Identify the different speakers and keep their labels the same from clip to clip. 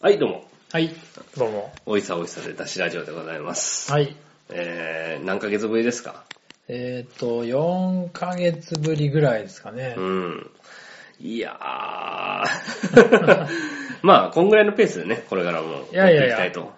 Speaker 1: はい、どうも。
Speaker 2: はい、どうも。
Speaker 1: おいさおいさで出しラジオでございます。
Speaker 2: はい。
Speaker 1: えー、何ヶ月ぶりですか
Speaker 2: えっ、と、4ヶ月ぶりぐらいですかね。
Speaker 1: うん。いやー。 まあ、こんぐらいのペースでね、これからも
Speaker 2: い
Speaker 1: や
Speaker 2: や
Speaker 1: っ
Speaker 2: いや
Speaker 1: て
Speaker 2: い
Speaker 1: いき
Speaker 2: や
Speaker 1: たいと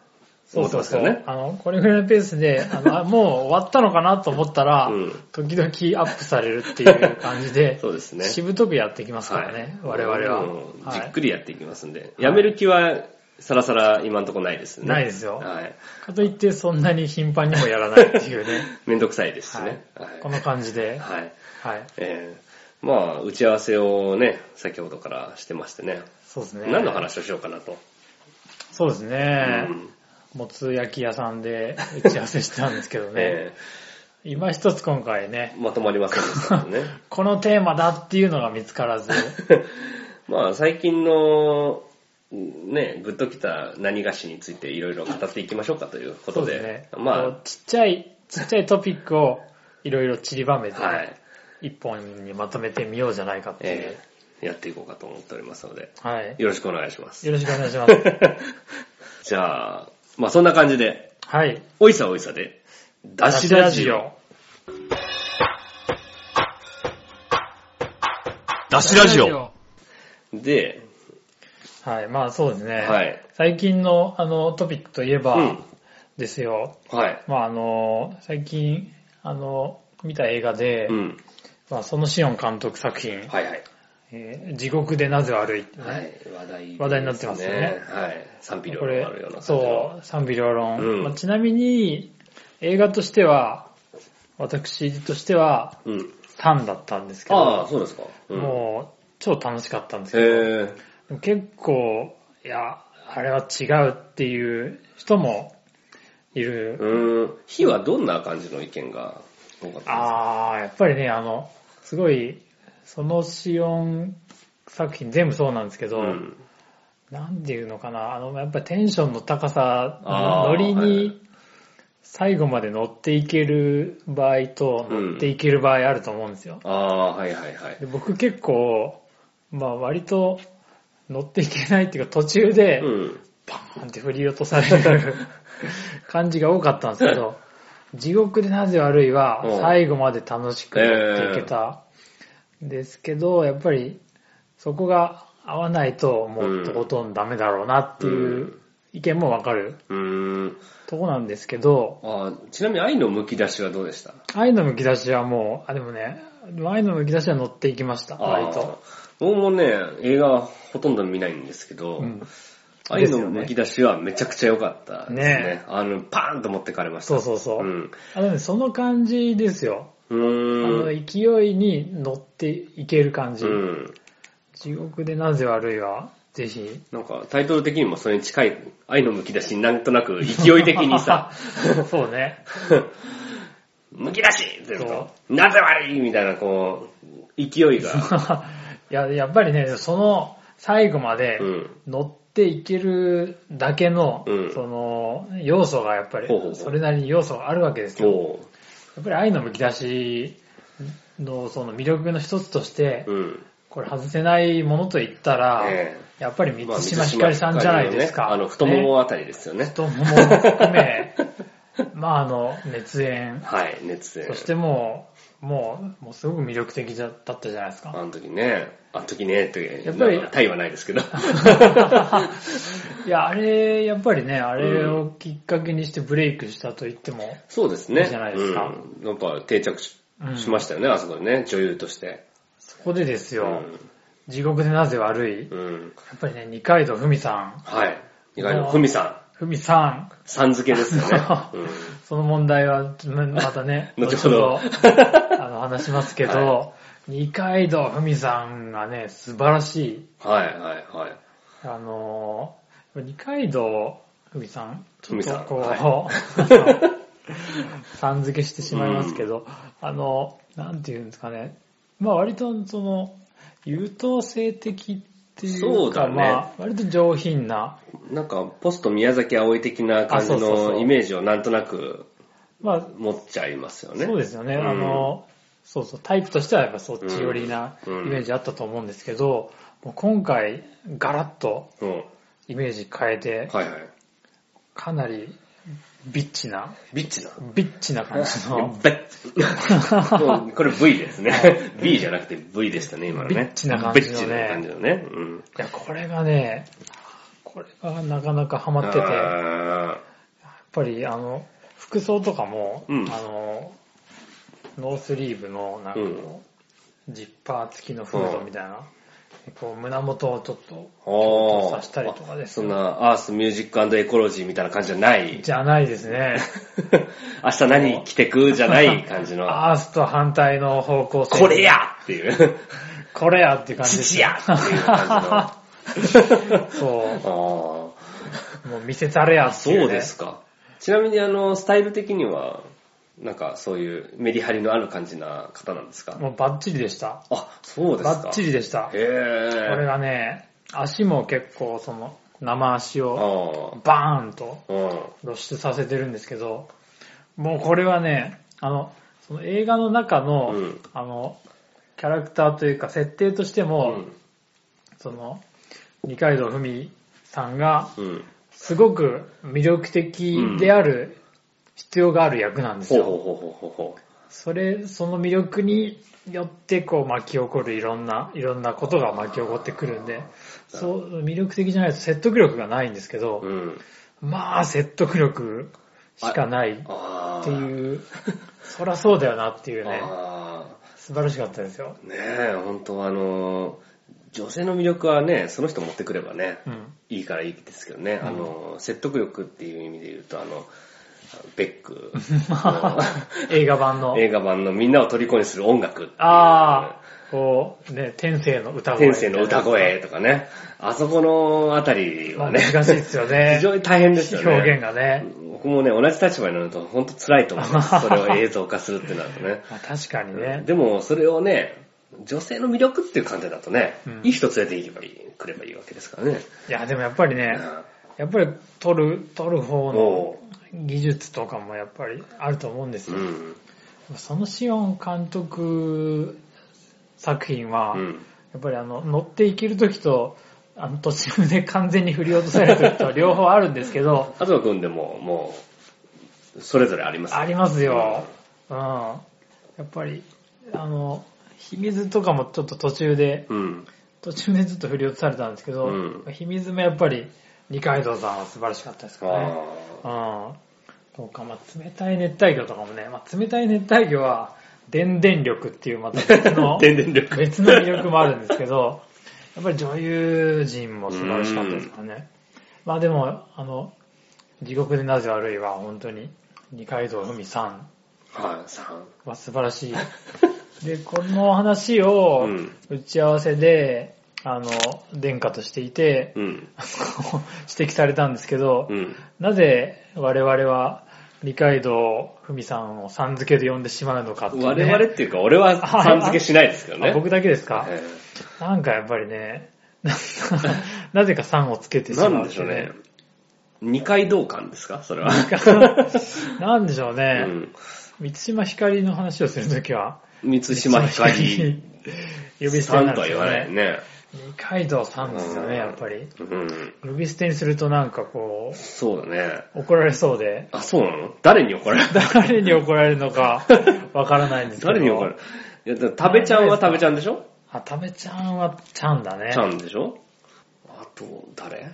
Speaker 1: 思ってますよね。
Speaker 2: あの、これぐらいのペースで、あの、あもう終わったのかなと思ったら、
Speaker 1: うん
Speaker 2: 時々アップされるっていう感じで、
Speaker 1: そうですね
Speaker 2: しぶとくやってきますからね、我々は。
Speaker 1: うん
Speaker 2: は
Speaker 1: じ
Speaker 2: い
Speaker 1: っくりやっていきますんで。やめる気は、さらさら今んとこないですね。
Speaker 2: ないですよ
Speaker 1: はい。
Speaker 2: かといってそんなに頻繁にもやらないってい うね。
Speaker 1: めんどくさいですし
Speaker 2: はい
Speaker 1: ね。はい。
Speaker 2: この感じで。はい。
Speaker 1: はい。えー、まあ、打ち合わせをね、先ほどからしてましてね。
Speaker 2: そうですね。
Speaker 1: 何の話をしようかなと。
Speaker 2: そうですね。
Speaker 1: うん
Speaker 2: もつ焼き屋さんで打ち合わせしたんですけどね。
Speaker 1: え
Speaker 2: 今一つ今回ね、
Speaker 1: ーまとまりませんでしたけどね。
Speaker 2: このテーマだっていうのが見つから ず、
Speaker 1: まあ最近のね、グッときた何菓子についていろいろ語っていきましょうかということで、
Speaker 2: ね。こ
Speaker 1: ま
Speaker 2: うちっちゃい、ちっちゃいトピックをいろいろ散りばめて、
Speaker 1: あ、はい、
Speaker 2: 一本にまとめてみようじゃないかっていう。
Speaker 1: えーやっていこうかと思っておりますので、
Speaker 2: はい。
Speaker 1: よろしくお願いします。
Speaker 2: よろしくお願いします。
Speaker 1: じゃあ、まあそんな感じで、
Speaker 2: はい。
Speaker 1: おいさおいさで、ダッシュラジオ。。
Speaker 3: ダッシュラジオ。
Speaker 1: で、
Speaker 2: はい。まあそうですね。
Speaker 1: はい。
Speaker 2: 最近のあのトピックといえば、
Speaker 1: うん
Speaker 2: ですよ。
Speaker 1: はい。
Speaker 2: まああの、最近、あの、見た映画で、
Speaker 1: うん。
Speaker 2: まあ、そのシオン監督作品、
Speaker 1: はいはい。
Speaker 2: えー地獄でなぜ悪いってね、
Speaker 1: はい。話題ですね、
Speaker 2: 話題になってますよね
Speaker 1: はい。賛否両
Speaker 2: こ
Speaker 1: 論
Speaker 2: れ
Speaker 1: あるような感、じの
Speaker 2: そう、賛否両論。
Speaker 1: うん
Speaker 2: まあちなみに、映画としては、私としては
Speaker 1: う。ん。
Speaker 2: 3だったんですけ
Speaker 1: ああ、
Speaker 2: ど、
Speaker 1: そうですか。うん、
Speaker 2: もう超楽しかったんです
Speaker 1: へ
Speaker 2: けど、
Speaker 1: え。
Speaker 2: 結構、いや、あれは違うっていう人もいる。
Speaker 1: うーん。火はどんな感じの意見が多かったですか
Speaker 2: ああ、やっぱりね、あの、すごい、そのシオン作品全部そうなんですけど、
Speaker 1: うん
Speaker 2: なんていうのかな、あの、やっぱりテンションの高さ、
Speaker 1: あー
Speaker 2: ノリ
Speaker 1: はい
Speaker 2: に最後まで乗っていける場合と
Speaker 1: うん
Speaker 2: 乗っていける場合あると思うんですよ。
Speaker 1: ああ、はいはいは
Speaker 2: で
Speaker 1: い。
Speaker 2: 僕結構、まあ割と乗っていけないっていうか途中で
Speaker 1: うん。
Speaker 2: パーンって振り落とされ る感じが多かったんですけど、地獄でなぜ悪いは
Speaker 1: うん
Speaker 2: 最後まで楽しく乗っていけたんですけど、やっぱりそこが合わないともうとことんダメだろうなっていうう意見もわかる
Speaker 1: うーん。
Speaker 2: とこなんですけど、
Speaker 1: あーちなみに愛の剥き出しはどうでした
Speaker 2: 愛のむき出しはもう、あ、でもね、愛のむき出しは乗っていきました、割と。。
Speaker 1: あー僕もね、映画はほとんど見ないんですけど、
Speaker 2: うん
Speaker 1: 愛の剥き出しはめちゃくちゃ良かったですね。
Speaker 2: ね
Speaker 1: あの、パーンと持ってかれました。
Speaker 2: そうそうそう。
Speaker 1: うん。
Speaker 2: あでもねその感じですよ。
Speaker 1: う
Speaker 2: あの
Speaker 1: ーん。
Speaker 2: 勢いに乗っていける感じ。
Speaker 1: うん。
Speaker 2: 地獄でなぜ悪いは、ぜひ。
Speaker 1: なんか、タイトル的にもそれに近い、愛の剥き出しになんとなく勢い的に さ、
Speaker 2: そうね。
Speaker 1: 剥き出しって言うと
Speaker 2: そ、
Speaker 1: なぜ悪いみたいな、こう、勢い が。
Speaker 2: いや、やっぱりね、その最後まで
Speaker 1: うん
Speaker 2: 乗っていけるだけの、
Speaker 1: うん
Speaker 2: その要素がやっぱり
Speaker 1: ほうほうほう、
Speaker 2: それなりに要素があるわけですよ。
Speaker 1: そ
Speaker 2: やっぱり愛のむき出しのその魅力の一つとして
Speaker 1: う。、うん。
Speaker 2: これ外せないものと言ったら、
Speaker 1: え
Speaker 2: やっぱり
Speaker 1: まあ
Speaker 2: 満島ひかりさんじゃないですか。
Speaker 1: あの、
Speaker 2: ね
Speaker 1: 太ももあたりですよね。
Speaker 2: 太もも含め、 まああの、熱演。
Speaker 1: はい、熱戦。
Speaker 2: そしてもう、もう、もうすごく魅力的だだったじゃないです
Speaker 1: あ
Speaker 2: か。
Speaker 1: の時ね、あの時ね、って、
Speaker 2: やっぱり
Speaker 1: なんかタイはないです けど。
Speaker 2: いや、あれ、やっぱりね、あれをきっかけにしてブレイクしたと言っても、
Speaker 1: そうですね。
Speaker 2: いいじゃないですか
Speaker 1: うん、なんか定着し
Speaker 2: うん
Speaker 1: しましたよね、あそこでね、女優として。
Speaker 2: そこでです
Speaker 1: う
Speaker 2: よ、
Speaker 1: ん。
Speaker 2: 地獄でなぜ悪い、や
Speaker 1: うん。
Speaker 2: っぱりね、二階堂ふみさん、
Speaker 1: はい。意外
Speaker 2: も
Speaker 1: と、
Speaker 2: う
Speaker 1: ふみさ
Speaker 2: ふみさん、。
Speaker 1: ん、さん付けですよねうん、
Speaker 2: その問題は、ままたね
Speaker 1: 後ほど
Speaker 2: あの、話します けど、二階堂ふみさんがね、素晴らしい。
Speaker 1: はい、はい、はい。
Speaker 2: あのー、二階堂ふみさん、ちょっとこう、
Speaker 1: ふみさん
Speaker 2: さん付けしてしまいますけど、あの、なんていうんですかね、まあ割とその、優等生的っていうか、
Speaker 1: そうだね
Speaker 2: まあ割と上品な、
Speaker 1: なんか、ポスト宮崎葵的な感じ
Speaker 2: あそうそうそ
Speaker 1: の
Speaker 2: う
Speaker 1: イメージをなんとなく
Speaker 2: まあ
Speaker 1: 持っちゃいますよね。
Speaker 2: そうですよね、
Speaker 1: うん
Speaker 2: あの、そうそう、タイプとしてはやっぱそっち寄りなイ
Speaker 1: うん
Speaker 2: メージあったと思うんですけど、もう今回、ガラッと、
Speaker 1: うん。
Speaker 2: イメージ変えて、
Speaker 1: はいはい。
Speaker 2: かなりビッチな、
Speaker 1: ビッチな。
Speaker 2: ビッチな感じの、
Speaker 1: ベッもう これ V ですね。B じゃなくて V でしたね、今のね。
Speaker 2: ビッチな感じの
Speaker 1: ビ
Speaker 2: ね
Speaker 1: ッチな感じのね。うん。
Speaker 2: いや、これがね、これがなかなかハマってて、やっ
Speaker 1: あ
Speaker 2: ぱりあの、服装とかも、
Speaker 1: うん
Speaker 2: あの、ノースリーブの、なんかこう、ジッパー付きのフードみたいな、こう、胸元をちょっと、
Speaker 1: ーあー。
Speaker 2: 刺したりとかです
Speaker 1: そんな、アースミュージックエコロジーみたいな感じじゃない。
Speaker 2: じゃないですね。
Speaker 1: 明日何着てくじゃない感じの。
Speaker 2: アースと反対の方向性。
Speaker 1: これやっていう。
Speaker 2: これやって感じです
Speaker 1: 父やっていう感 じの。あ
Speaker 2: そ
Speaker 1: あ。
Speaker 2: う。もう見せたれやってい
Speaker 1: そう
Speaker 2: ね
Speaker 1: ですか。ちなみにあの、スタイル的には、なんかそういうメリハリのある感じな方なんですか
Speaker 2: もうバッチリでした。
Speaker 1: あ、そうですか。
Speaker 2: バッチリでした。こ
Speaker 1: へぇー。
Speaker 2: れがね、足も結構その生足を
Speaker 1: あ
Speaker 2: バーンと
Speaker 1: あ。うん。
Speaker 2: 露出させてるんですけど、もうこれはね、あの、その映画の中の、
Speaker 1: うん
Speaker 2: あの、キャラクターというか設定としても、
Speaker 1: うん
Speaker 2: その、二階堂ふみさんが
Speaker 1: うん。
Speaker 2: すごく魅力的である必要がある役なんです
Speaker 1: ほう
Speaker 2: よ。
Speaker 1: ほうほうほうほうほ
Speaker 2: それ、その魅力によってこう巻き起こるいろんな、いろんなことが巻き起こってくるんで、そう、魅力的じゃないと説得力がないんですけ
Speaker 1: う。
Speaker 2: ど、
Speaker 1: うん。
Speaker 2: まあ説得力しかないっ
Speaker 1: ああ。
Speaker 2: ていう、 そらそうだよなっていうね、
Speaker 1: ああ。
Speaker 2: 素晴らしかったですよ。
Speaker 1: ねえ、本当あの、女性の魅力はね、その人持ってくればね、
Speaker 2: うん。
Speaker 1: いいからいいですけどね、あの、説得力っていう意味で言うと、あの、ベック
Speaker 2: 映画版の
Speaker 1: の、映画版のみんなを虜にする音楽っていう
Speaker 2: ああ、こう、ね、天性の歌声。
Speaker 1: 天性の歌。声とかね、あそこのあたり
Speaker 2: まあ
Speaker 1: はね、
Speaker 2: 難しいですよね。
Speaker 1: 非常に大変ですよね。
Speaker 2: 表現がね。
Speaker 1: 僕もね、同じ立場になると本当辛いと思い ます。それを映像化するってなるとね。
Speaker 2: まあ、確かにね。
Speaker 1: でも、それをね、女性の魅力っていう観点だとね、
Speaker 2: うん
Speaker 1: いい人連れていけばいい、くればいいわけですからね。
Speaker 2: いや、でもやっぱりね、やっぱり撮る、撮る方の
Speaker 1: も
Speaker 2: 技術とかもやっぱりあると思うんです
Speaker 1: う、う
Speaker 2: よ。
Speaker 1: ん。
Speaker 2: そのシオン監督作品は、
Speaker 1: うん。
Speaker 2: やっぱりあの、乗っていける時と、あの、途中で完全に振り落とされる時 と両方あるんですけど、
Speaker 1: あとは君でも、もう、それぞれあります、
Speaker 2: ありますよ。うん。やっぱり、あの、秘密とかもちょっと途中で、
Speaker 1: うん。
Speaker 2: 途中でずっと振り落とされたんですけど、
Speaker 1: う
Speaker 2: 秘密もやっぱり二階堂さんは素晴らしかったですからね。
Speaker 1: あ
Speaker 2: うん。そうか、まあ、冷たい熱帯魚とかもね、まあ、冷たい熱帯魚は、電電力っていうまた別
Speaker 1: あ。
Speaker 2: の、
Speaker 1: 電電力。
Speaker 2: 別の魅力もあるんですけど、 やっぱり女優陣も素晴らしかったですからね。まあでも、あの、地獄でなぜ悪いは本当に、二階堂ふみさん
Speaker 1: はい、三。
Speaker 2: は素晴ら しい。で、この話を
Speaker 1: うん
Speaker 2: 打ち合わせで、あの、殿下としていて、
Speaker 1: うん。
Speaker 2: 指摘されたんですけど、
Speaker 1: うん。
Speaker 2: なぜ我々は二階堂ふみさんをさん付けで呼んでしまうのかっていう、ね。
Speaker 1: 我々っていうか、俺はさん付けしないですけどね。
Speaker 2: あ僕だけですか、
Speaker 1: え
Speaker 2: なんかやっぱりね、ななぜかさんをつけて
Speaker 1: え
Speaker 2: しまう、
Speaker 1: なんでしょうね。。二階同感ですかそれは。
Speaker 2: なんでしょう
Speaker 1: う
Speaker 2: ね。
Speaker 1: ん。
Speaker 2: 満島ひかりの話をするときは、
Speaker 1: 三島ひかり
Speaker 2: に呼び捨
Speaker 1: さ
Speaker 2: て
Speaker 1: ん
Speaker 2: なん
Speaker 1: と
Speaker 2: で
Speaker 1: は言わ
Speaker 2: すよ
Speaker 1: ない
Speaker 2: ね。
Speaker 1: ね。
Speaker 2: 二階堂さんですよ
Speaker 1: うん
Speaker 2: ね、やっぱり。
Speaker 1: うん。
Speaker 2: 呼び捨てにするとなんかこ
Speaker 1: そうだね。
Speaker 2: う、怒られそうで、
Speaker 1: あ、そうなの誰に怒られる
Speaker 2: 誰に怒られるのかわからないんですけど。
Speaker 1: 誰に怒られるいや、だから食べちゃんは食べちゃんでしょ
Speaker 2: あ、たべちゃんはちゃんだね
Speaker 1: ち。ゃんでしょあと、誰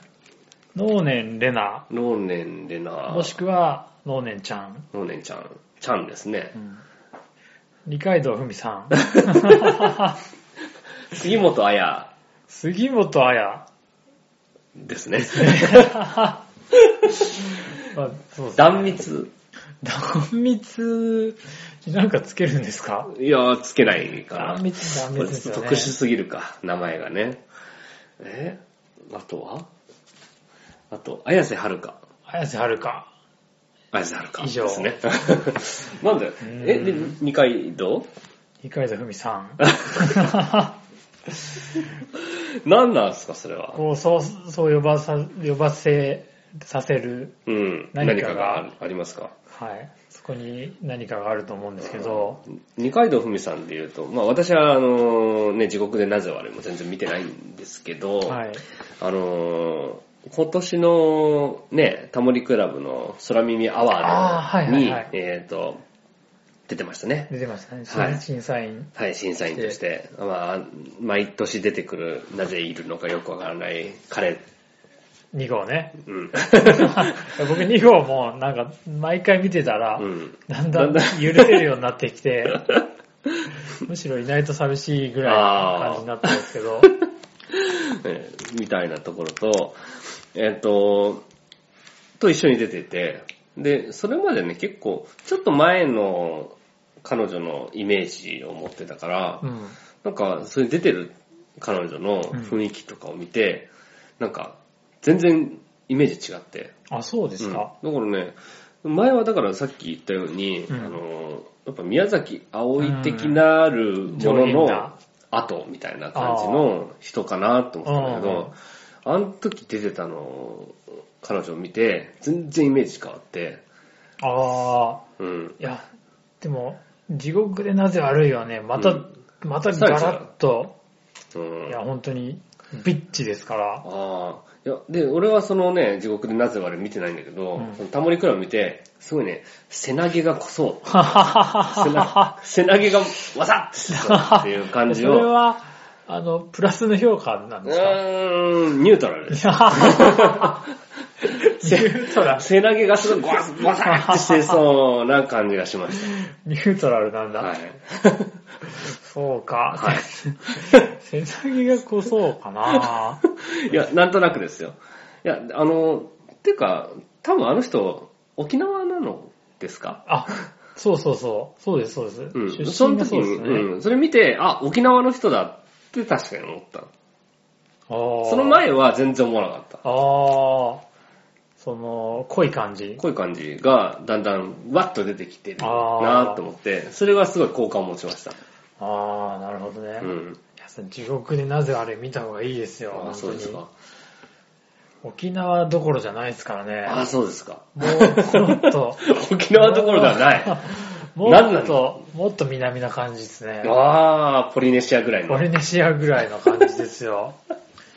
Speaker 2: 能年レナ、
Speaker 1: ローネンレナ
Speaker 2: もしくは能年ちゃん。
Speaker 1: ローネンちゃん。ちゃんですね
Speaker 2: う。ん二階堂ふみさん。
Speaker 1: 杉本彩
Speaker 2: 杉 本彩。
Speaker 1: です ね。
Speaker 2: まあ、そうですね。
Speaker 1: 断密。
Speaker 2: 断密になんかつけるんですか
Speaker 1: いや、つけないから
Speaker 2: 断。密、断
Speaker 1: これ
Speaker 2: 密で
Speaker 1: ち
Speaker 2: す
Speaker 1: ょっ
Speaker 2: よ
Speaker 1: と
Speaker 2: ね
Speaker 1: 特。殊すぎるか、名前がね。えあとはあと、綾瀬はるか。
Speaker 2: 綾瀬はるか。
Speaker 1: 綾瀬はるか。
Speaker 2: 以上
Speaker 1: ですね。 なんで、え、で、二階堂
Speaker 2: 二階堂ふみさ ん。
Speaker 1: なんなんすか、それは。
Speaker 2: こう、そう、そう呼ばさ、呼ばせ、させる。
Speaker 1: うん。何
Speaker 2: 何
Speaker 1: か
Speaker 2: かが
Speaker 1: があるありますか
Speaker 2: はい。そこに何かがあると思うんですけど、
Speaker 1: 二階堂ふみさんで言うと、まあ私はあのね、地獄でなぜ悪いも全然見てないんですけど、
Speaker 2: はい。
Speaker 1: あのー今年のね、タモリクラブの空耳アワーに、
Speaker 2: あーはいはいはい
Speaker 1: えっ、と、出てましたね。
Speaker 2: 出てましたね。
Speaker 1: はい
Speaker 2: 審審査員。
Speaker 1: はい、審査員として。まあ、毎年出てくる、なぜいるのかよくわからない彼。
Speaker 2: 2号ね。
Speaker 1: うん。
Speaker 2: 僕2号もなんか毎回見てたら、
Speaker 1: うん。
Speaker 2: だんだん揺れるようになってきて、 むしろいないと寂しいぐらいの感じになったんですけ ど、
Speaker 1: えーみたいなところと、えっ、と、と一緒に出てて、で、それまでね、結構、ちょっと前の彼女のイメージを持ってたから、
Speaker 2: うん。
Speaker 1: なんか、それ出てる彼女の雰囲気とかを見て、なんか、全然イメージ違って。
Speaker 2: あ、そうですか。
Speaker 1: うん、だからね、前はだからさっき言ったように、
Speaker 2: うん
Speaker 1: あの、やっぱ宮崎葵的なるもの
Speaker 2: うん上品
Speaker 1: の
Speaker 2: な
Speaker 1: 後みたいな感じの人かなと思ったんだけど、あの時出てたの、彼女を見て、全然イメージ変わって、
Speaker 2: ああ、
Speaker 1: うん。
Speaker 2: いや、でも、地獄でなぜ悪いはね、また、
Speaker 1: うん
Speaker 2: またガラッと、
Speaker 1: うん
Speaker 2: いや、本当に、ビッチです から、
Speaker 1: ああ。いや、で、俺はそのね、地獄でなぜ悪い見てないんだけど、
Speaker 2: うん
Speaker 1: そのタモリクラブ見て、すごいね、背投げがこ そ、
Speaker 2: はははは
Speaker 1: 背な背投げがわさっっていう感 じ
Speaker 2: それ
Speaker 1: を、う
Speaker 2: は、あの、プラスの評価なんです か
Speaker 1: ーん、ニ ュートラルです。
Speaker 2: ニュートラル、
Speaker 1: 背投げがすごいゴワッゴサってしてそうな感じがしまし
Speaker 2: ニュートラルなんだ。
Speaker 1: た。はい。
Speaker 2: そうか。
Speaker 1: はい。
Speaker 2: 背投げがこそうかな。
Speaker 1: いや、なんとなくですよ。いや、あの、ていうか、多分あの人、沖縄なのですか
Speaker 2: あ、そうそうそう。そうです、そうです。
Speaker 1: うん。
Speaker 2: 出
Speaker 1: そ
Speaker 2: 身
Speaker 1: の
Speaker 2: が
Speaker 1: 時
Speaker 2: そうです
Speaker 1: に、
Speaker 2: よね。
Speaker 1: うん。それ見て、あ、沖縄の人だって確かに思った。
Speaker 2: あー
Speaker 1: その前は全然思わなかった。
Speaker 2: あーその、濃い感じ。
Speaker 1: こういう感じがだんだんわっと出てきてる
Speaker 2: あー
Speaker 1: なと思って、それはすごい好感を持ちました。
Speaker 2: ああ、なるほどね。
Speaker 1: う
Speaker 2: い
Speaker 1: ん。
Speaker 2: やその地獄でなぜあれ見た方がいいですよ。
Speaker 1: ああ、
Speaker 2: 本
Speaker 1: そう
Speaker 2: 当
Speaker 1: です
Speaker 2: に
Speaker 1: か。。
Speaker 2: 沖縄どころじゃないですから
Speaker 1: ああ、
Speaker 2: ね。
Speaker 1: そうですか。
Speaker 2: もう、もっと、
Speaker 1: 沖縄どころではない。
Speaker 2: も
Speaker 1: なんな
Speaker 2: っ
Speaker 1: の
Speaker 2: と、もっと南な感じですね。
Speaker 1: ああ、ポリネシアぐらい
Speaker 2: ポ
Speaker 1: の。へ
Speaker 2: リネシアぐらいの感じですよ。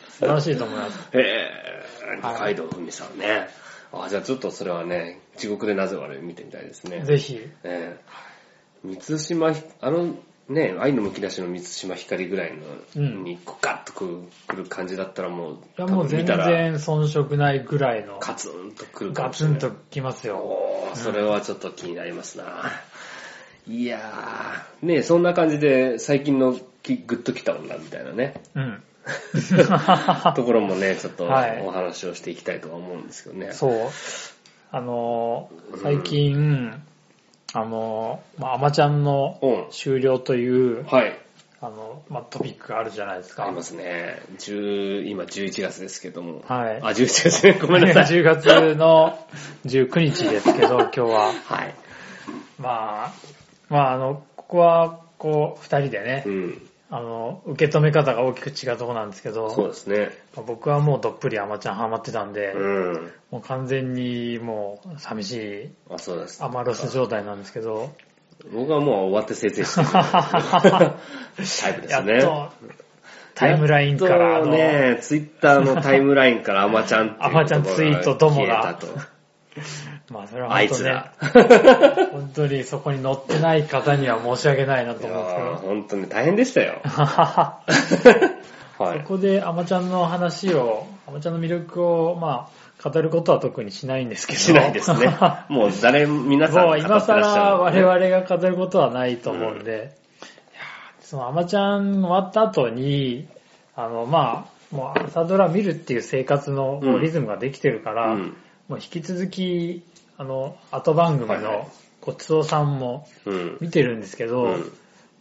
Speaker 2: 素晴らしいと思います。
Speaker 1: え、
Speaker 2: はい
Speaker 1: 二階堂ふみさんね。ああ、じゃあちょっとそれはね、地獄でなぜ悪い見てみたいですね。
Speaker 2: ぜひ。
Speaker 1: ええ三島ひ、あのね、愛のむき出しの三島ひかりぐらいの、
Speaker 2: うん
Speaker 1: にガッとくる感じだったらもう、
Speaker 2: いやも
Speaker 1: 多
Speaker 2: う
Speaker 1: 分
Speaker 2: 全
Speaker 1: 見たら
Speaker 2: 然遜色ないぐらいの
Speaker 1: カツンとくるか
Speaker 2: ガ
Speaker 1: もし
Speaker 2: ツ
Speaker 1: れな
Speaker 2: ン
Speaker 1: い
Speaker 2: ときますよ。
Speaker 1: おー、それはちょっと気になりますな。いやー、ねそんな感じで最近のきグッときた女みたいなね、
Speaker 2: うん。
Speaker 1: ところもね、ちょっと
Speaker 2: はい
Speaker 1: お話をしていきたいとは思うんですけどね。
Speaker 2: そう。あのー、最近、あのー、まあ、アマちゃんの
Speaker 1: うん
Speaker 2: 終了という、
Speaker 1: はい。
Speaker 2: あの、まあ、トピックがあるじゃないですか。
Speaker 1: ありますね。10今11月ですけども。
Speaker 2: はい
Speaker 1: あ、11月ね。 ごめんな さい。
Speaker 2: 10月の19日ですけど、今日
Speaker 1: は
Speaker 2: は。
Speaker 1: い。
Speaker 2: まあ、まあ、あの、ここは、こう、二人でね、
Speaker 1: うん。
Speaker 2: あの、受け止め方が大きく違うとこなんですけど、
Speaker 1: そうですね。
Speaker 2: まあ僕はもうどっぷりアマちゃんハマってたんで、
Speaker 1: うん。
Speaker 2: もう完全にもう寂しい
Speaker 1: あ、そうです。
Speaker 2: アマロス状態なんですけど、
Speaker 1: 僕はもう終わって生成してるタイプで
Speaker 2: や
Speaker 1: す
Speaker 2: っ
Speaker 1: ね。
Speaker 2: と タイムラインか
Speaker 1: や
Speaker 2: ら
Speaker 1: っと
Speaker 2: の、
Speaker 1: ね、ツイッターのタイムラインからアマちゃんっていう
Speaker 2: アマちゃんツイートどもが
Speaker 1: 消えたと
Speaker 2: まあそれ
Speaker 1: あ
Speaker 2: は本
Speaker 1: い
Speaker 2: 当
Speaker 1: つ
Speaker 2: ね
Speaker 1: ら、。
Speaker 2: 本当にそこに乗ってない方には申し訳ないなと
Speaker 1: いや
Speaker 2: 思うんですけ
Speaker 1: ー
Speaker 2: ど、
Speaker 1: 本当に大変でした よ。は
Speaker 2: そ
Speaker 1: い。
Speaker 2: こでアマちゃんの話を、アマちゃんの魅力を、まあ、語ることは特にしないんですけど。
Speaker 1: しないですね。 もう誰、皆さん
Speaker 2: も
Speaker 1: 語っ
Speaker 2: う
Speaker 1: て
Speaker 2: 今
Speaker 1: らっし
Speaker 2: 更
Speaker 1: ゃる、
Speaker 2: 我々が語ることはないと思うんで、いやーそのアマちゃん終わった後に、あの、まあ、もう朝ドラ見るっていう生活の
Speaker 1: うん
Speaker 2: リズムができてるから、
Speaker 1: うん
Speaker 2: もう引き続き、あの、後番組
Speaker 1: はいはい
Speaker 2: のごちそうさんも
Speaker 1: うん。
Speaker 2: 見てるんですけど、
Speaker 1: うん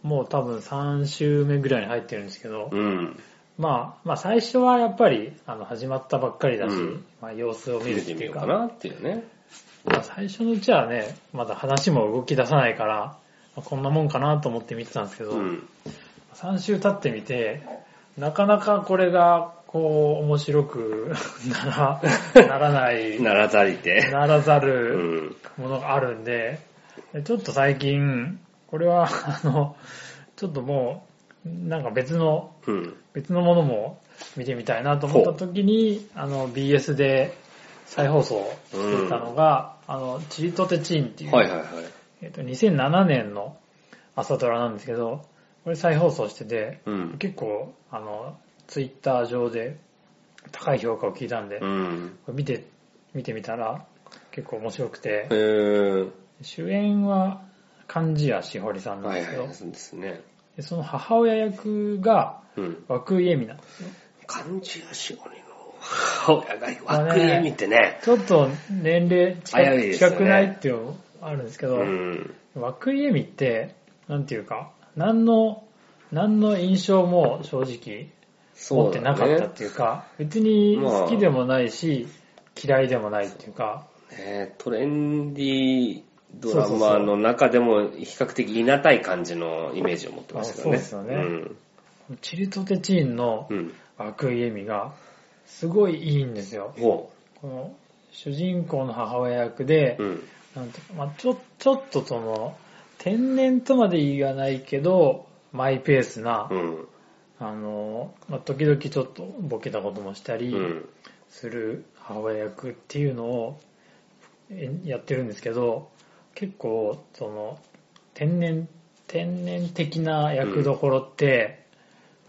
Speaker 2: もう多分3週目ぐらいに入ってるんですけど、
Speaker 1: うん。
Speaker 2: まあ、まあ最初はやっぱり、あの、始まったばっかりだ
Speaker 1: う
Speaker 2: し、
Speaker 1: ん
Speaker 2: まあ様子を見
Speaker 1: 見
Speaker 2: る
Speaker 1: る
Speaker 2: って
Speaker 1: てみ
Speaker 2: い
Speaker 1: よ
Speaker 2: う
Speaker 1: う
Speaker 2: か
Speaker 1: かなっていうね。
Speaker 2: まあ最初のうちはね、まだ話も動き出さないから、まあこんなもんかなと思って見てたんですけど、
Speaker 1: うん。
Speaker 2: 3週経ってみて、なかなかこれが、こう、面白く なら、なら ない、
Speaker 1: ならざりて。
Speaker 2: ならざ
Speaker 1: う
Speaker 2: る
Speaker 1: ん。
Speaker 2: ものがあるんで、でちょっと最近、これは、あの、ちょっともう、なんか別の、
Speaker 1: うん。
Speaker 2: 別のものも見てみたいなと思った時に、あの、BS で再放送してたのが、あの、チリとてチンっていう、
Speaker 1: はいはいはい。
Speaker 2: えっと、2007年の朝ドラなんですけど、これ再放送してて、
Speaker 1: うん。
Speaker 2: 結構、あの、ツイッター上で高い評価を聞いたんで、
Speaker 1: うん。
Speaker 2: これ見て、見てみたら結構面白くて
Speaker 1: え、ー、
Speaker 2: 主演は漢字谷しほりさんなん
Speaker 1: は
Speaker 2: で
Speaker 1: い
Speaker 2: すけど、
Speaker 1: はい、そうですね。
Speaker 2: でその母親役が
Speaker 1: うん。
Speaker 2: 涌井絵美なんですね。
Speaker 1: 漢字がしおりの母親が枠に見てね。
Speaker 2: ちょっと年齢近
Speaker 1: 早い
Speaker 2: く
Speaker 1: ですよ
Speaker 2: 近
Speaker 1: ね
Speaker 2: くないっていうのもあるんですけど、
Speaker 1: うん。
Speaker 2: 涌井絵美って、なんていうか、何の、何の印象も正直持
Speaker 1: そ
Speaker 2: っ
Speaker 1: う
Speaker 2: て
Speaker 1: だ
Speaker 2: なかったっ
Speaker 1: ね。
Speaker 2: ていうか、別に好きでもないし、嫌いでもないっていうか、
Speaker 1: ねトレンディードラマの中でも比較的いなたい感じのイメージを持ってましたよね。
Speaker 2: あそうで
Speaker 1: う
Speaker 2: すよね
Speaker 1: ん。
Speaker 2: チリトテチーンの
Speaker 1: うん。
Speaker 2: 涌井絵美が、すごいいいんですよ。
Speaker 1: ほ
Speaker 2: この主人公の母親役で
Speaker 1: う。、うん。
Speaker 2: なんていうか、まあ、ちょ、ちょっとその、天然とまで言わないけど、マイペースな、
Speaker 1: うん。
Speaker 2: あの、まあ、時々ちょっとボケたこともしたり
Speaker 1: うん。
Speaker 2: する母親役っていうのをえやってるんですけど、結構、その、天然、天然的な役どころって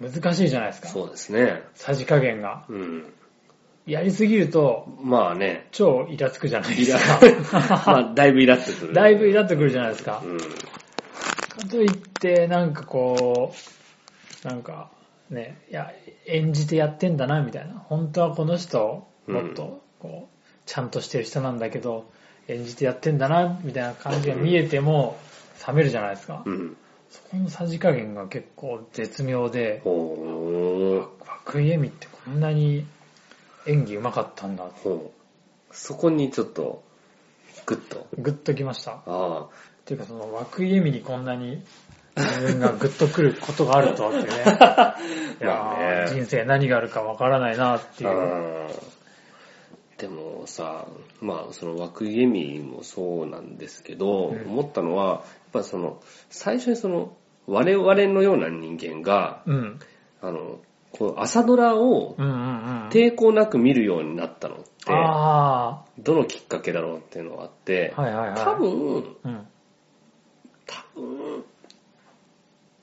Speaker 2: 難しいじゃないですか。
Speaker 1: そうですね。
Speaker 2: さじ加減が。
Speaker 1: うん。
Speaker 2: やりすぎると、
Speaker 1: まあ ね。
Speaker 2: 超イラつくじゃないで
Speaker 1: イラ、
Speaker 2: すか。
Speaker 1: まあ、だいぶイラってくる。
Speaker 2: だいぶイラってくるじゃないですか
Speaker 1: う。ん。
Speaker 2: かといって、なんかこう、なんかね、いや、演じてやってんだな、みたいな。本当はこの人、もっと、こう、ちゃんとしてる人なんだけど、演じてやってんだな、みたいな感じが見えても、冷めるじゃないですか
Speaker 1: う。ん。
Speaker 2: そこのさじ加減が結構絶妙で、
Speaker 1: ほう。
Speaker 2: 涌井絵美ってこんなに演技上手かったんだ。
Speaker 1: ほう。そこにちょっと、グッと。
Speaker 2: グッときました。
Speaker 1: あ
Speaker 2: っていうかその、涌井絵美にこんなに自分がグッとくることがあるとはってね。い
Speaker 1: まあね
Speaker 2: やー人生何があるかわからないなって
Speaker 1: あ。
Speaker 2: いう。
Speaker 1: あーでもさ、まあ、その枠井絵美もそうなんですけど、
Speaker 2: うん
Speaker 1: 思ったのは、やっぱその、最初にその、我々のような人間が、
Speaker 2: うん。
Speaker 1: あの、こう朝ドラを
Speaker 2: うんうんうん。
Speaker 1: 抵抗なく見るようになったのって、
Speaker 2: あ
Speaker 1: どのきっかけだろうっていうのがあって、
Speaker 2: あ。はいはいはい。
Speaker 1: 多。分、
Speaker 2: うん。
Speaker 1: 多分、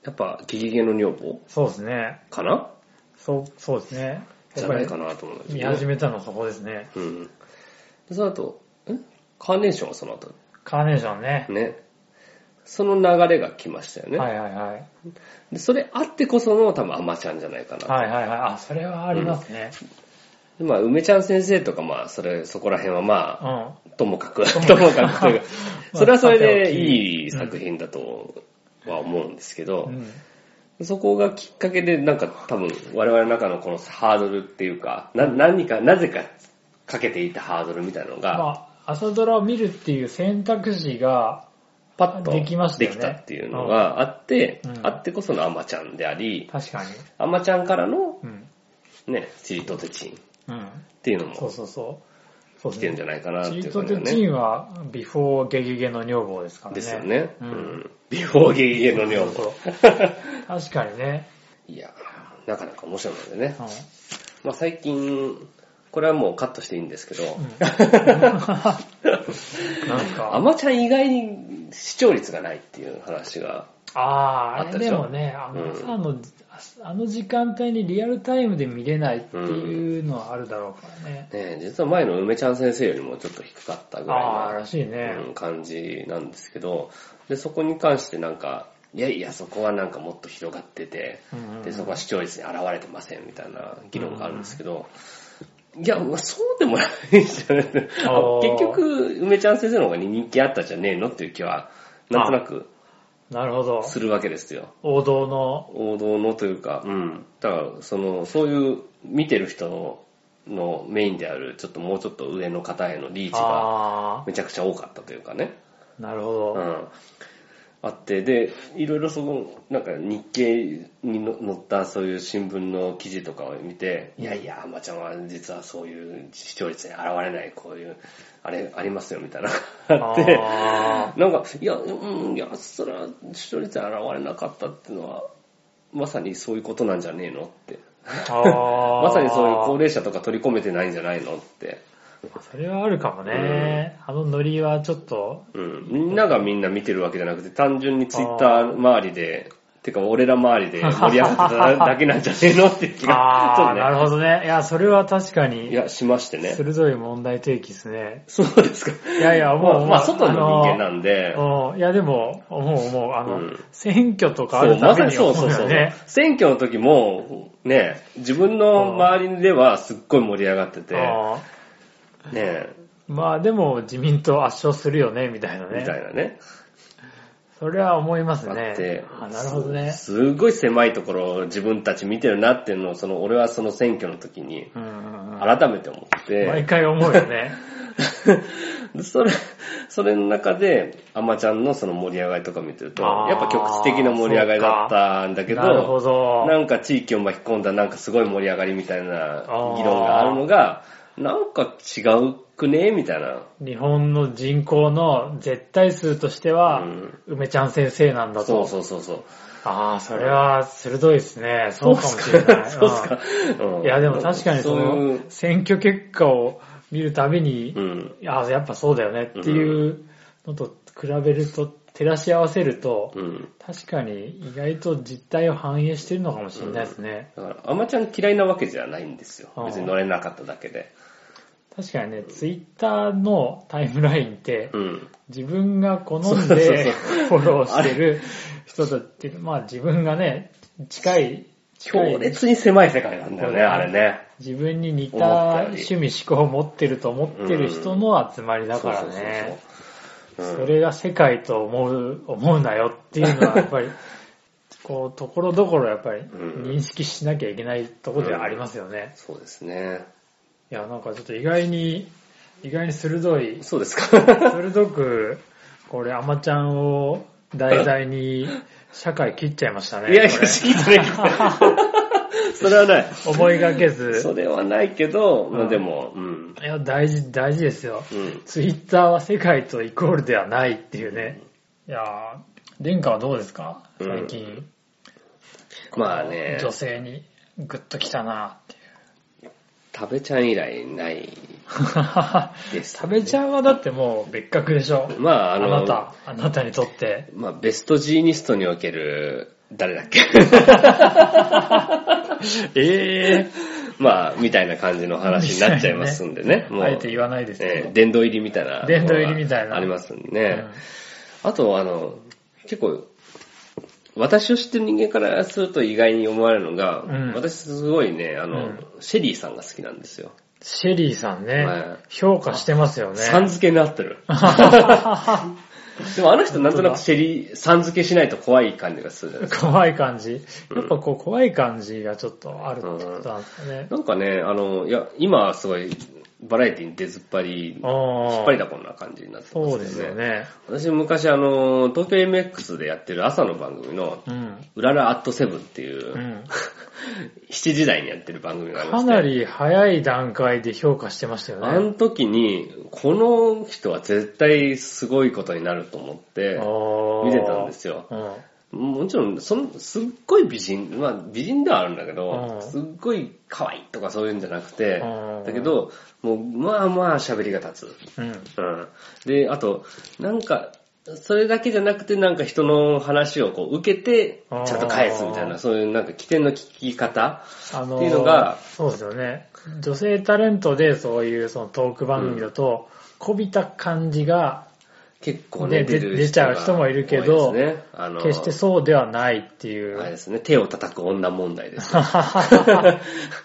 Speaker 1: やっぱ、ゲゲゲの女房
Speaker 2: そうですね。
Speaker 1: かな
Speaker 2: そう、そうですね。
Speaker 1: じゃないかなと思うんです
Speaker 2: 見
Speaker 1: けど。
Speaker 2: 始めたのそこですね。
Speaker 1: うん。でその後、えカーネーションはその後
Speaker 2: カーネーションね。
Speaker 1: ね。その流れが来ましたよね。
Speaker 2: はいはいはい。
Speaker 1: でそれあってこその多分アマちゃんじゃないかな。
Speaker 2: はいはいはい。あ、それはありますね。
Speaker 1: でまあ、梅ちゃん先生とかまあ、それ、そこら辺はまあ、
Speaker 2: うん。
Speaker 1: ともかく、
Speaker 2: と
Speaker 1: と
Speaker 2: も
Speaker 1: もか
Speaker 2: かく、
Speaker 1: くというか
Speaker 2: まあ
Speaker 1: それはそれ
Speaker 2: さてお
Speaker 1: で
Speaker 2: き
Speaker 1: いい作品だとは思うんですけ
Speaker 2: う
Speaker 1: ど、
Speaker 2: ん。
Speaker 1: そこがきっかけでなんか多分我々の中のこのハードルっていうか、な、何か、なぜかかけていたハードルみたいなのが、
Speaker 2: まあ、朝ドラを見るっていう選択肢が、
Speaker 1: パッと
Speaker 2: できましたよ
Speaker 1: で
Speaker 2: ね
Speaker 1: きたっていうのがあって、
Speaker 2: うん
Speaker 1: あってこそのアマちゃんであり、
Speaker 2: 確かに。
Speaker 1: アマちゃんからの
Speaker 2: うん。
Speaker 1: ね、チリとテチンっ
Speaker 2: うん。
Speaker 1: ていうの
Speaker 2: そう
Speaker 1: も
Speaker 2: そうそう。そう
Speaker 1: 来てんじゃないかなって
Speaker 2: チ
Speaker 1: い
Speaker 2: ー
Speaker 1: う
Speaker 2: ト
Speaker 1: 感じ
Speaker 2: テ
Speaker 1: だ
Speaker 2: チ
Speaker 1: ね。
Speaker 2: ンは、ビフォーゲゲゲの女房ですからね。
Speaker 1: ですよね。う
Speaker 2: うん
Speaker 1: ん。ビフォーゲゲゲの女
Speaker 2: そう
Speaker 1: 房。
Speaker 2: そう確かに ね。
Speaker 1: いや、なかなか面白いのでね
Speaker 2: う。ん
Speaker 1: まあ最近、これはもうカットしていいんですけど
Speaker 2: う、 んなん
Speaker 1: ア
Speaker 2: か、
Speaker 1: マちゃん以外に視聴率がないっていう話が、
Speaker 2: ああ、あ
Speaker 1: あっ
Speaker 2: れ
Speaker 1: たでし
Speaker 2: で
Speaker 1: ょ
Speaker 2: もね、あの朝の、あの時間帯にリアルタイムで見れないっていうのはあるだろうからね。
Speaker 1: ね、実は前の梅ちゃん先生よりもちょっと低かったぐらいの
Speaker 2: ああ、らしいね。
Speaker 1: うん感じなんですけど、で、そこに関してなんか、いやいや、そこはなんかもっと広がってて
Speaker 2: うんうんうん、
Speaker 1: で、そこは視聴率に現れてませんみたいな議論があるんですけど、いや、まあそうでもないじゃない結
Speaker 2: あー
Speaker 1: 局、梅ちゃん先生の方が人気あったじゃねえのっていう気は、なんとなく
Speaker 2: なるほど。
Speaker 1: するわけですよ。
Speaker 2: 王道の、
Speaker 1: 王道のというか、うん。だから、その、そういう見てる人のメインである、ちょっともうちょっと上の方へのリーチが
Speaker 2: あ
Speaker 1: めちゃくちゃ多かったというかね。
Speaker 2: あ、なるほど。
Speaker 1: うん、あってでいろいろそのなんか日経にの載ったそういう新聞の記事とかを見て、いやいやアマちゃんは実はそういう視聴率に現れないこういうあれありますよみたいなあって
Speaker 2: あ
Speaker 1: なんかいやうんいやそれは視聴率に現れなかったっていうのはまさにそういうことなんじゃねえのって
Speaker 2: ああー
Speaker 1: まさにそういう高齢者とか取り込めてないんじゃないのって。
Speaker 2: それはあるかもね。あのノリはちょっと、
Speaker 1: うん。みんながみんな見てるわけじゃなくて、単純にツイッター周りで、てか俺ら周り で盛り上がってただけなんじゃねえのって気 が、ちょ
Speaker 2: あ
Speaker 1: っと
Speaker 2: あ、
Speaker 1: ね
Speaker 2: なるほどね。いや、それは確かに
Speaker 1: い、や、しましてね。
Speaker 2: 鋭い問題提起ですね。
Speaker 1: そうですか。
Speaker 2: いやいや、
Speaker 1: ま
Speaker 2: も
Speaker 1: あ、
Speaker 2: う、
Speaker 1: まあ、外の人間な
Speaker 2: で。
Speaker 1: んで、
Speaker 2: うんいや、でも、もう、もう、あの、
Speaker 1: うん
Speaker 2: 選挙とかあ
Speaker 1: そう
Speaker 2: る、た
Speaker 1: まさに
Speaker 2: めに
Speaker 1: そうそうそう。
Speaker 2: 思よね
Speaker 1: 選挙の時も、ね、自分の周りではすっごい盛り上がってて、ね
Speaker 2: うんまあ、でも、自民党圧勝するよね、みたいなね。
Speaker 1: みたいなね。
Speaker 2: それは思います
Speaker 1: あ
Speaker 2: ね
Speaker 1: って。、
Speaker 2: あなるほどね。
Speaker 1: すすごい狭いところを自分たち見てるなっていうのを、その、俺はその選挙の時に、
Speaker 2: うんうんうん
Speaker 1: 改めて思って、
Speaker 2: 毎回思うよね。
Speaker 1: それ、それの中で、アマちゃんのその盛り上がりとか見てると、
Speaker 2: あー
Speaker 1: やっぱ局地的な盛り上がりだったん だけど、
Speaker 2: なるほど。
Speaker 1: なんか地域を巻き込んだなんかすごい盛り上がりみたいな
Speaker 2: あー
Speaker 1: 議論があるのが、なんか違うくねみたいな。
Speaker 2: 日本の人口の絶対数としては、
Speaker 1: うん
Speaker 2: 梅ちゃん先生なんだと。
Speaker 1: そうそうそうそう。
Speaker 2: ああ、それは鋭いですね。そうかもしれな い。
Speaker 1: そうっすか。
Speaker 2: う
Speaker 1: うん
Speaker 2: んいや、でも確かに
Speaker 1: そ
Speaker 2: そ
Speaker 1: うい
Speaker 2: の
Speaker 1: う、、
Speaker 2: 選挙結果を見るたびに、
Speaker 1: うん。
Speaker 2: ああ、やっぱそうだよねっていうのと比べると、照らし合わせると、
Speaker 1: うん。
Speaker 2: 確かに意外と実態を反映してるのかもしれないですね。
Speaker 1: だから、アマちゃん嫌いなわけじゃないんですよ
Speaker 2: あー。
Speaker 1: 別に乗れなかっただけで。
Speaker 2: 確かにね、ツイッターのタイムラインって、
Speaker 1: うん。
Speaker 2: 自分が好
Speaker 1: そうそ
Speaker 2: ん
Speaker 1: うそう
Speaker 2: でフォローしてる人たちって、まあ自分がね、近い、
Speaker 1: 強
Speaker 2: 近い、
Speaker 1: 烈に狭い世界なんだよ
Speaker 2: う
Speaker 1: ね、
Speaker 2: ん
Speaker 1: あれね。
Speaker 2: 自分に似
Speaker 1: 思った
Speaker 2: た
Speaker 1: より
Speaker 2: 趣味思考を持ってると思ってる人の集まりだからね。
Speaker 1: そうそうそうそう。うん
Speaker 2: それが世界と思う、思うなよっていうのはやっ ぱり、こう、ところどころやっぱ
Speaker 1: ん
Speaker 2: り認識しなきゃいけないところではありますよね。
Speaker 1: そうですね。
Speaker 2: いや、なんかちょっと意外に、意外に鋭い
Speaker 1: そうですか。
Speaker 2: 鋭く、これ、アマちゃんを題材に、社会切っちゃいましたね。
Speaker 1: いやいや、
Speaker 2: これ
Speaker 1: 聞いてない。 それはない。
Speaker 2: 思いがけ
Speaker 1: そ
Speaker 2: ず。
Speaker 1: れはないけど、ま
Speaker 2: う
Speaker 1: あ
Speaker 2: ん
Speaker 1: でも、うん。
Speaker 2: いや、大事、大事ですよ。
Speaker 1: うん。
Speaker 2: ツイッターは世界とイコールではないっていうね。いやー、殿下はどうですか
Speaker 1: うん
Speaker 2: 最近、
Speaker 1: まあね、
Speaker 2: 女性にグッときたな っていう。
Speaker 1: 食べちゃん以来ないです。
Speaker 2: 食べちゃんはだってもう別格でしょ。
Speaker 1: まあ、あ
Speaker 2: あ
Speaker 1: の、
Speaker 2: なた、あなたにとって。
Speaker 1: まあ、ベストジーニストにおける、誰だっ けええまあ、みたいな感じの話になっちゃいますんで ね。もう、
Speaker 2: あえて言わないですけ
Speaker 1: え
Speaker 2: ど
Speaker 1: え。殿堂入りみたいな。
Speaker 2: 殿堂入りみたいな
Speaker 1: ありますんで
Speaker 2: う
Speaker 1: ね
Speaker 2: ん。
Speaker 1: あと、あの、結構、私を知ってる人間からすると意外に思われるのが、
Speaker 2: うん
Speaker 1: 私すごいね、あの、
Speaker 2: うん
Speaker 1: シェリーさんが好きなんですよ。
Speaker 2: シェリーさんね
Speaker 1: は、
Speaker 2: 評価してますよね。
Speaker 1: さん付けになって る。 でもあの人なんとなくシェリー、さん付けしないと怖い感じがするじゃないですか。
Speaker 2: 怖い感じ。やっぱこう怖い感じがちょっとあるってことなんですかね。
Speaker 1: なんかね、あの、いや、今はすごい、バラエティに出ずっぱり、引
Speaker 2: あ
Speaker 1: っ
Speaker 2: ー
Speaker 1: 張りだこんな感じになってますよね。
Speaker 2: そうですよね。
Speaker 1: 私昔あの、東京 MX でやってる朝の番組の、
Speaker 2: うん。
Speaker 1: うららアットセブンっていう、
Speaker 2: うん。
Speaker 1: 7時台にやってる番組がありま
Speaker 2: か
Speaker 1: して。
Speaker 2: なり早い段階で評価してました
Speaker 1: あ
Speaker 2: よね。
Speaker 1: の時に、この人は絶対すごいことになると思って、見
Speaker 2: 見
Speaker 1: てたんですよ。
Speaker 2: うん。
Speaker 1: もちろん、その、すっごい美人、まあ美人ではあるんだけ
Speaker 2: うん
Speaker 1: ど、すっごい可愛いとかそういうんじゃなくて
Speaker 2: うん、
Speaker 1: だけど、もう、まあまあ喋りが立つ。
Speaker 2: う
Speaker 1: う
Speaker 2: ん。
Speaker 1: ん。で、あと、なんか、それだけじゃなくて、なんか人の話をこう受けて、ちゃんと返すみたい
Speaker 2: あー
Speaker 1: な、そういうなんか起点の聞き方。
Speaker 2: あのー
Speaker 1: っていうのが
Speaker 2: そうですよね。女性タレントでそういうそのトーク番組だと、こびた感じが
Speaker 1: 結構ね、
Speaker 2: ね
Speaker 1: 出る
Speaker 2: 出ちゃう人もいるけ
Speaker 1: 多
Speaker 2: ど
Speaker 1: いですねあの
Speaker 2: 決してそうではないっていう。
Speaker 1: あ れですね、手を叩く女問題ですよ。
Speaker 2: あ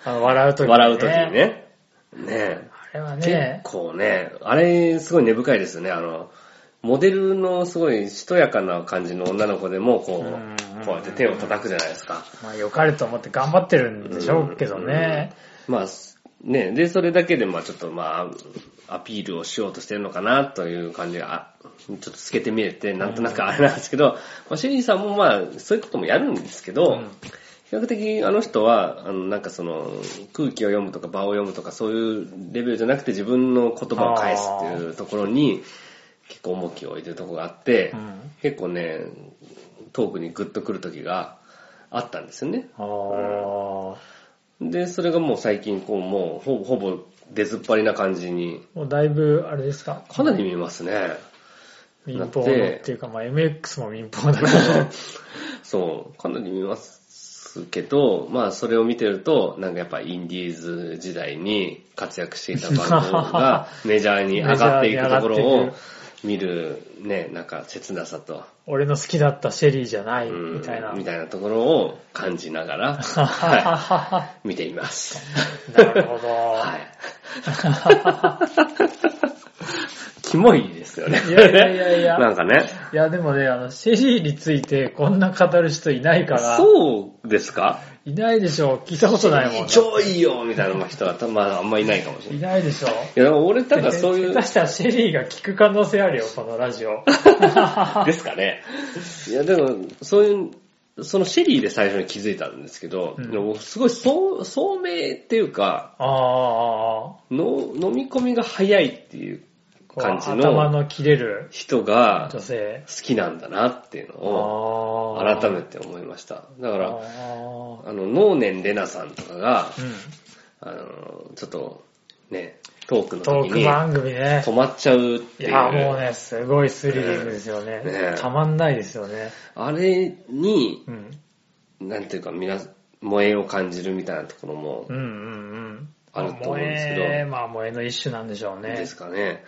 Speaker 2: の笑うとき
Speaker 1: 笑うときに。ね。ね
Speaker 2: あれは
Speaker 1: え、
Speaker 2: ね、
Speaker 1: 結構ね、あれすごい根深いですよね。あの、モデルのすごいしとやかな感じの女の子でも、こ
Speaker 2: うん
Speaker 1: う、こうやって手を叩くじゃないですか。
Speaker 2: まあ良かれと思って頑張ってるんでしょうけどね。
Speaker 1: まあ、ね、で、それだけで、まあちょっとまあ、アピールをしようとしてるのかなという感じが、あちょっと透けて見えて、なんとなくあれなんですけど、まあ、シェリーさんもまあ、そういうこともやるんですけど、
Speaker 2: うん
Speaker 1: 比較的あの人は、あの、なんかその、空気を読むとか場を読むとかそういうレベルじゃなくて自分の言葉を返すっていうところに、結構重きを置いてるところがあって、
Speaker 2: うん
Speaker 1: 結構ね、トークにグッとくる時があったんですよね。
Speaker 2: あー
Speaker 1: で、それがもう最近、こう、もう、ほぼ、ほぼ出ずっぱりな感じに、
Speaker 2: もうだいぶ、あれですか。
Speaker 1: かなり見えますね。
Speaker 2: 民放のっていうか、まあ MX も民放だけど。
Speaker 1: そう、かなり見ますけど、まあそれを見てると、なんかやっぱインディーズ時代に活躍していたバンドがメジャーに上がっていくところを見る、ね、なんか切なさと、
Speaker 2: 俺の好きだったシェリーじゃない、
Speaker 1: うん
Speaker 2: みたいな。
Speaker 1: みたいなところを感じながら、はい、見ています。
Speaker 2: なるほど。
Speaker 1: はい。キモいですよね。
Speaker 2: いやいやいやいや
Speaker 1: なんかね。
Speaker 2: いや、でもね、あの、シェリーについてこんな語る人いないから、
Speaker 1: そうですか
Speaker 2: いないでしょ。聞いたことないもん。
Speaker 1: 超いいよみたいな人はたまああんまいないかもしれないい。い
Speaker 2: ないでしょ。
Speaker 1: や、だから俺、だからそう いう
Speaker 2: 下手、したらシェリーが聞く可能性あるよ、このラジ オ。
Speaker 1: ですかね。いや、でも、そういう、そのシェリーで最初に気づいたんですけど、
Speaker 2: うん
Speaker 1: でもすごい、そう、聡明っていうか、
Speaker 2: ああ、
Speaker 1: の、飲み込みが早いっていう
Speaker 2: こう
Speaker 1: 感じ
Speaker 2: 頭
Speaker 1: の
Speaker 2: の切れる
Speaker 1: 人が
Speaker 2: 女性。
Speaker 1: 好きなんだなっていうのを
Speaker 2: ああ。
Speaker 1: 改めて思いました。だか
Speaker 2: た
Speaker 1: ら、あの、能年レナさんとかが、
Speaker 2: う
Speaker 1: あの、ちょっと、ね、トークの
Speaker 2: ん。ト
Speaker 1: 時
Speaker 2: ーク
Speaker 1: に
Speaker 2: 番組ね
Speaker 1: 止。まっちゃうっ
Speaker 2: い
Speaker 1: ていう。
Speaker 2: や、もうね、すごいスリリングですよね。
Speaker 1: ね
Speaker 2: たまんないですよね。
Speaker 1: あれに、
Speaker 2: うん。
Speaker 1: なんていうか、みな、萌えを感じるみたいなところも
Speaker 2: うんうんうん。
Speaker 1: あると思うんですけど
Speaker 2: まあ萌え、まあ、萌えの一種なんでしょうね。
Speaker 1: ですかね。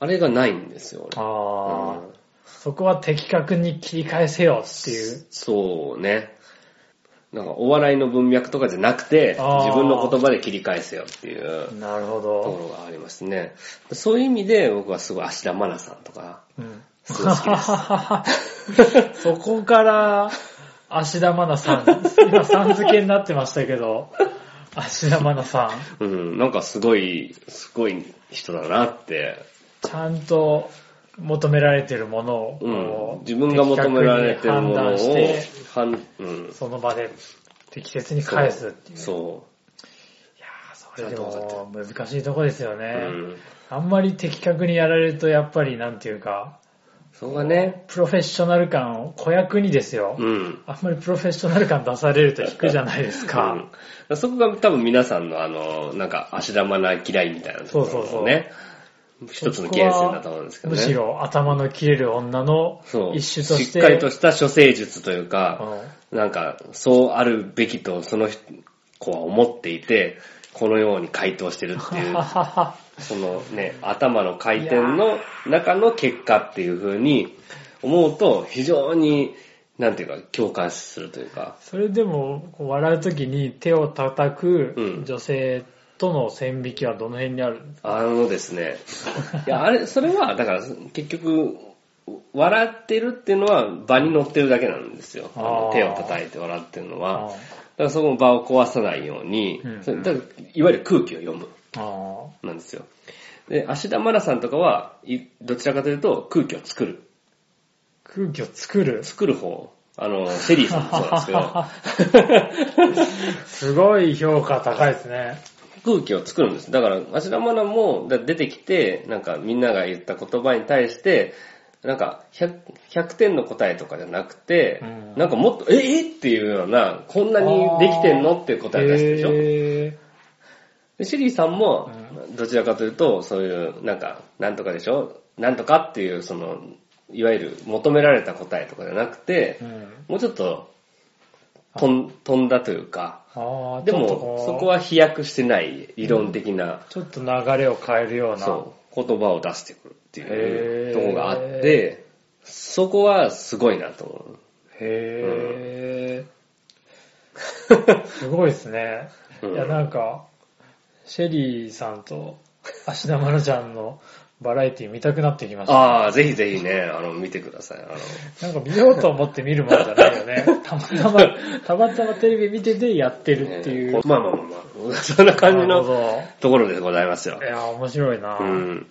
Speaker 1: あれがないんですよ、俺
Speaker 2: ああ、
Speaker 1: うん
Speaker 2: そこは的確に切り返せよっていう。
Speaker 1: そうね。なんか、お笑いの文脈とかじゃなくて、
Speaker 2: あー
Speaker 1: 自分の言葉で切り返せよっていう
Speaker 2: なるほ
Speaker 1: ところ
Speaker 2: ど。
Speaker 1: がありますね。そういう意味で、僕はすごい芦田愛菜さんとか、
Speaker 2: うん、
Speaker 1: すごい好きです。
Speaker 2: そこから、芦田愛菜さん、今さん付けになってましたけど、芦田愛菜さん、
Speaker 1: うん、なんかすごい、すごい人だなって、
Speaker 2: ちゃんと求められてるものを、
Speaker 1: う
Speaker 2: こ
Speaker 1: ん、
Speaker 2: う
Speaker 1: 自分が求められてるものを、
Speaker 2: 的確に判断して、
Speaker 1: はんうん、
Speaker 2: その場で適切に返すっていう。
Speaker 1: そ
Speaker 2: いやーそれでも難しいとこですよ
Speaker 1: う。
Speaker 2: ね
Speaker 1: う、ん。
Speaker 2: あんまり的確にやられると、やっぱりなんていうか、
Speaker 1: そこがね、
Speaker 2: プロフェッショナル感を、子役にですよ。
Speaker 1: うん。
Speaker 2: あんまりプロフェッショナル感出されると引くじゃないですか。
Speaker 1: うん、そこが多分皆さんのあの、なんか、足玉な嫌いみたいなところのね、
Speaker 2: そうそうそう
Speaker 1: 一つの源泉だと思うんですけどね。
Speaker 2: むしろ頭の切れる女の
Speaker 1: そう
Speaker 2: 一種として。
Speaker 1: しっかりとした処世術という
Speaker 2: う
Speaker 1: か、
Speaker 2: ん
Speaker 1: なんか、そうあるべきとその子は思っていて、このように回答してるっていう、 そのね、頭の回転の中の結果っていう風に思うと、非常に、なんていうか、共感するというか、
Speaker 2: それでも、こう笑うときに手を叩
Speaker 1: う
Speaker 2: く
Speaker 1: ん
Speaker 2: 女性との線引きはどの辺にある、
Speaker 1: あのですね、いや、あれ、それは、だから、結局、笑ってるっていうのは場に乗ってるだけなんですよ。あの
Speaker 2: あー
Speaker 1: 手を叩いて笑ってるのは。
Speaker 2: あ
Speaker 1: だからそこの場を壊さないように、
Speaker 2: うん
Speaker 1: それだからいわゆる空気を読む、
Speaker 2: ああ
Speaker 1: なんですよ。で、芦田愛菜さんとかは、いどちらかというと空気を作る。
Speaker 2: 空気を作る。
Speaker 1: 作る方。あの、シェリーさんもそうなんですけ ど、
Speaker 2: すごい評価高いですね。
Speaker 1: 空気を作るんです。だから、芦田愛菜もだ出てきて、なんかみんなが言った言葉に対して、なんか 100, 100点の答えとかじゃなくて、
Speaker 2: うん
Speaker 1: なんかもっと、ええっていうような、こんなにできてんのっていう答えを出してるでしょ。
Speaker 2: へ
Speaker 1: でシェリーさんも、どちらかというと、そういう、なんか、なんとかでしょなんとかっていう、その、いわゆる求められた答えとかじゃなくて
Speaker 2: ー、うん
Speaker 1: もうちょっと、とん飛んだというか、
Speaker 2: ああ
Speaker 1: で
Speaker 2: ちょっと
Speaker 1: も、そこ
Speaker 2: う
Speaker 1: は飛躍してない理論的な、
Speaker 2: ちょっと流れを変えるような。
Speaker 1: そう、言葉を出してくるってい
Speaker 2: へ
Speaker 1: う
Speaker 2: ー
Speaker 1: とこがあって、そこはすごいなと思
Speaker 2: へー。すごいですね。
Speaker 1: うん
Speaker 2: いや、なんか、シェリーさんと芦田愛菜ちゃんのバラエティ見たくなってきま
Speaker 1: う。
Speaker 2: し た。
Speaker 1: ああ、ぜひぜひね、あの、見てください。あの、
Speaker 2: なんか見ようと思って見るもんじゃない よね。たまたま、たまたまテレビ見ててやってるっていう。
Speaker 1: ねまあまあまあまあ、そんな感じ
Speaker 2: なるほ
Speaker 1: の
Speaker 2: ど
Speaker 1: ところでございますよ
Speaker 2: い。や、面白いな、
Speaker 1: うん。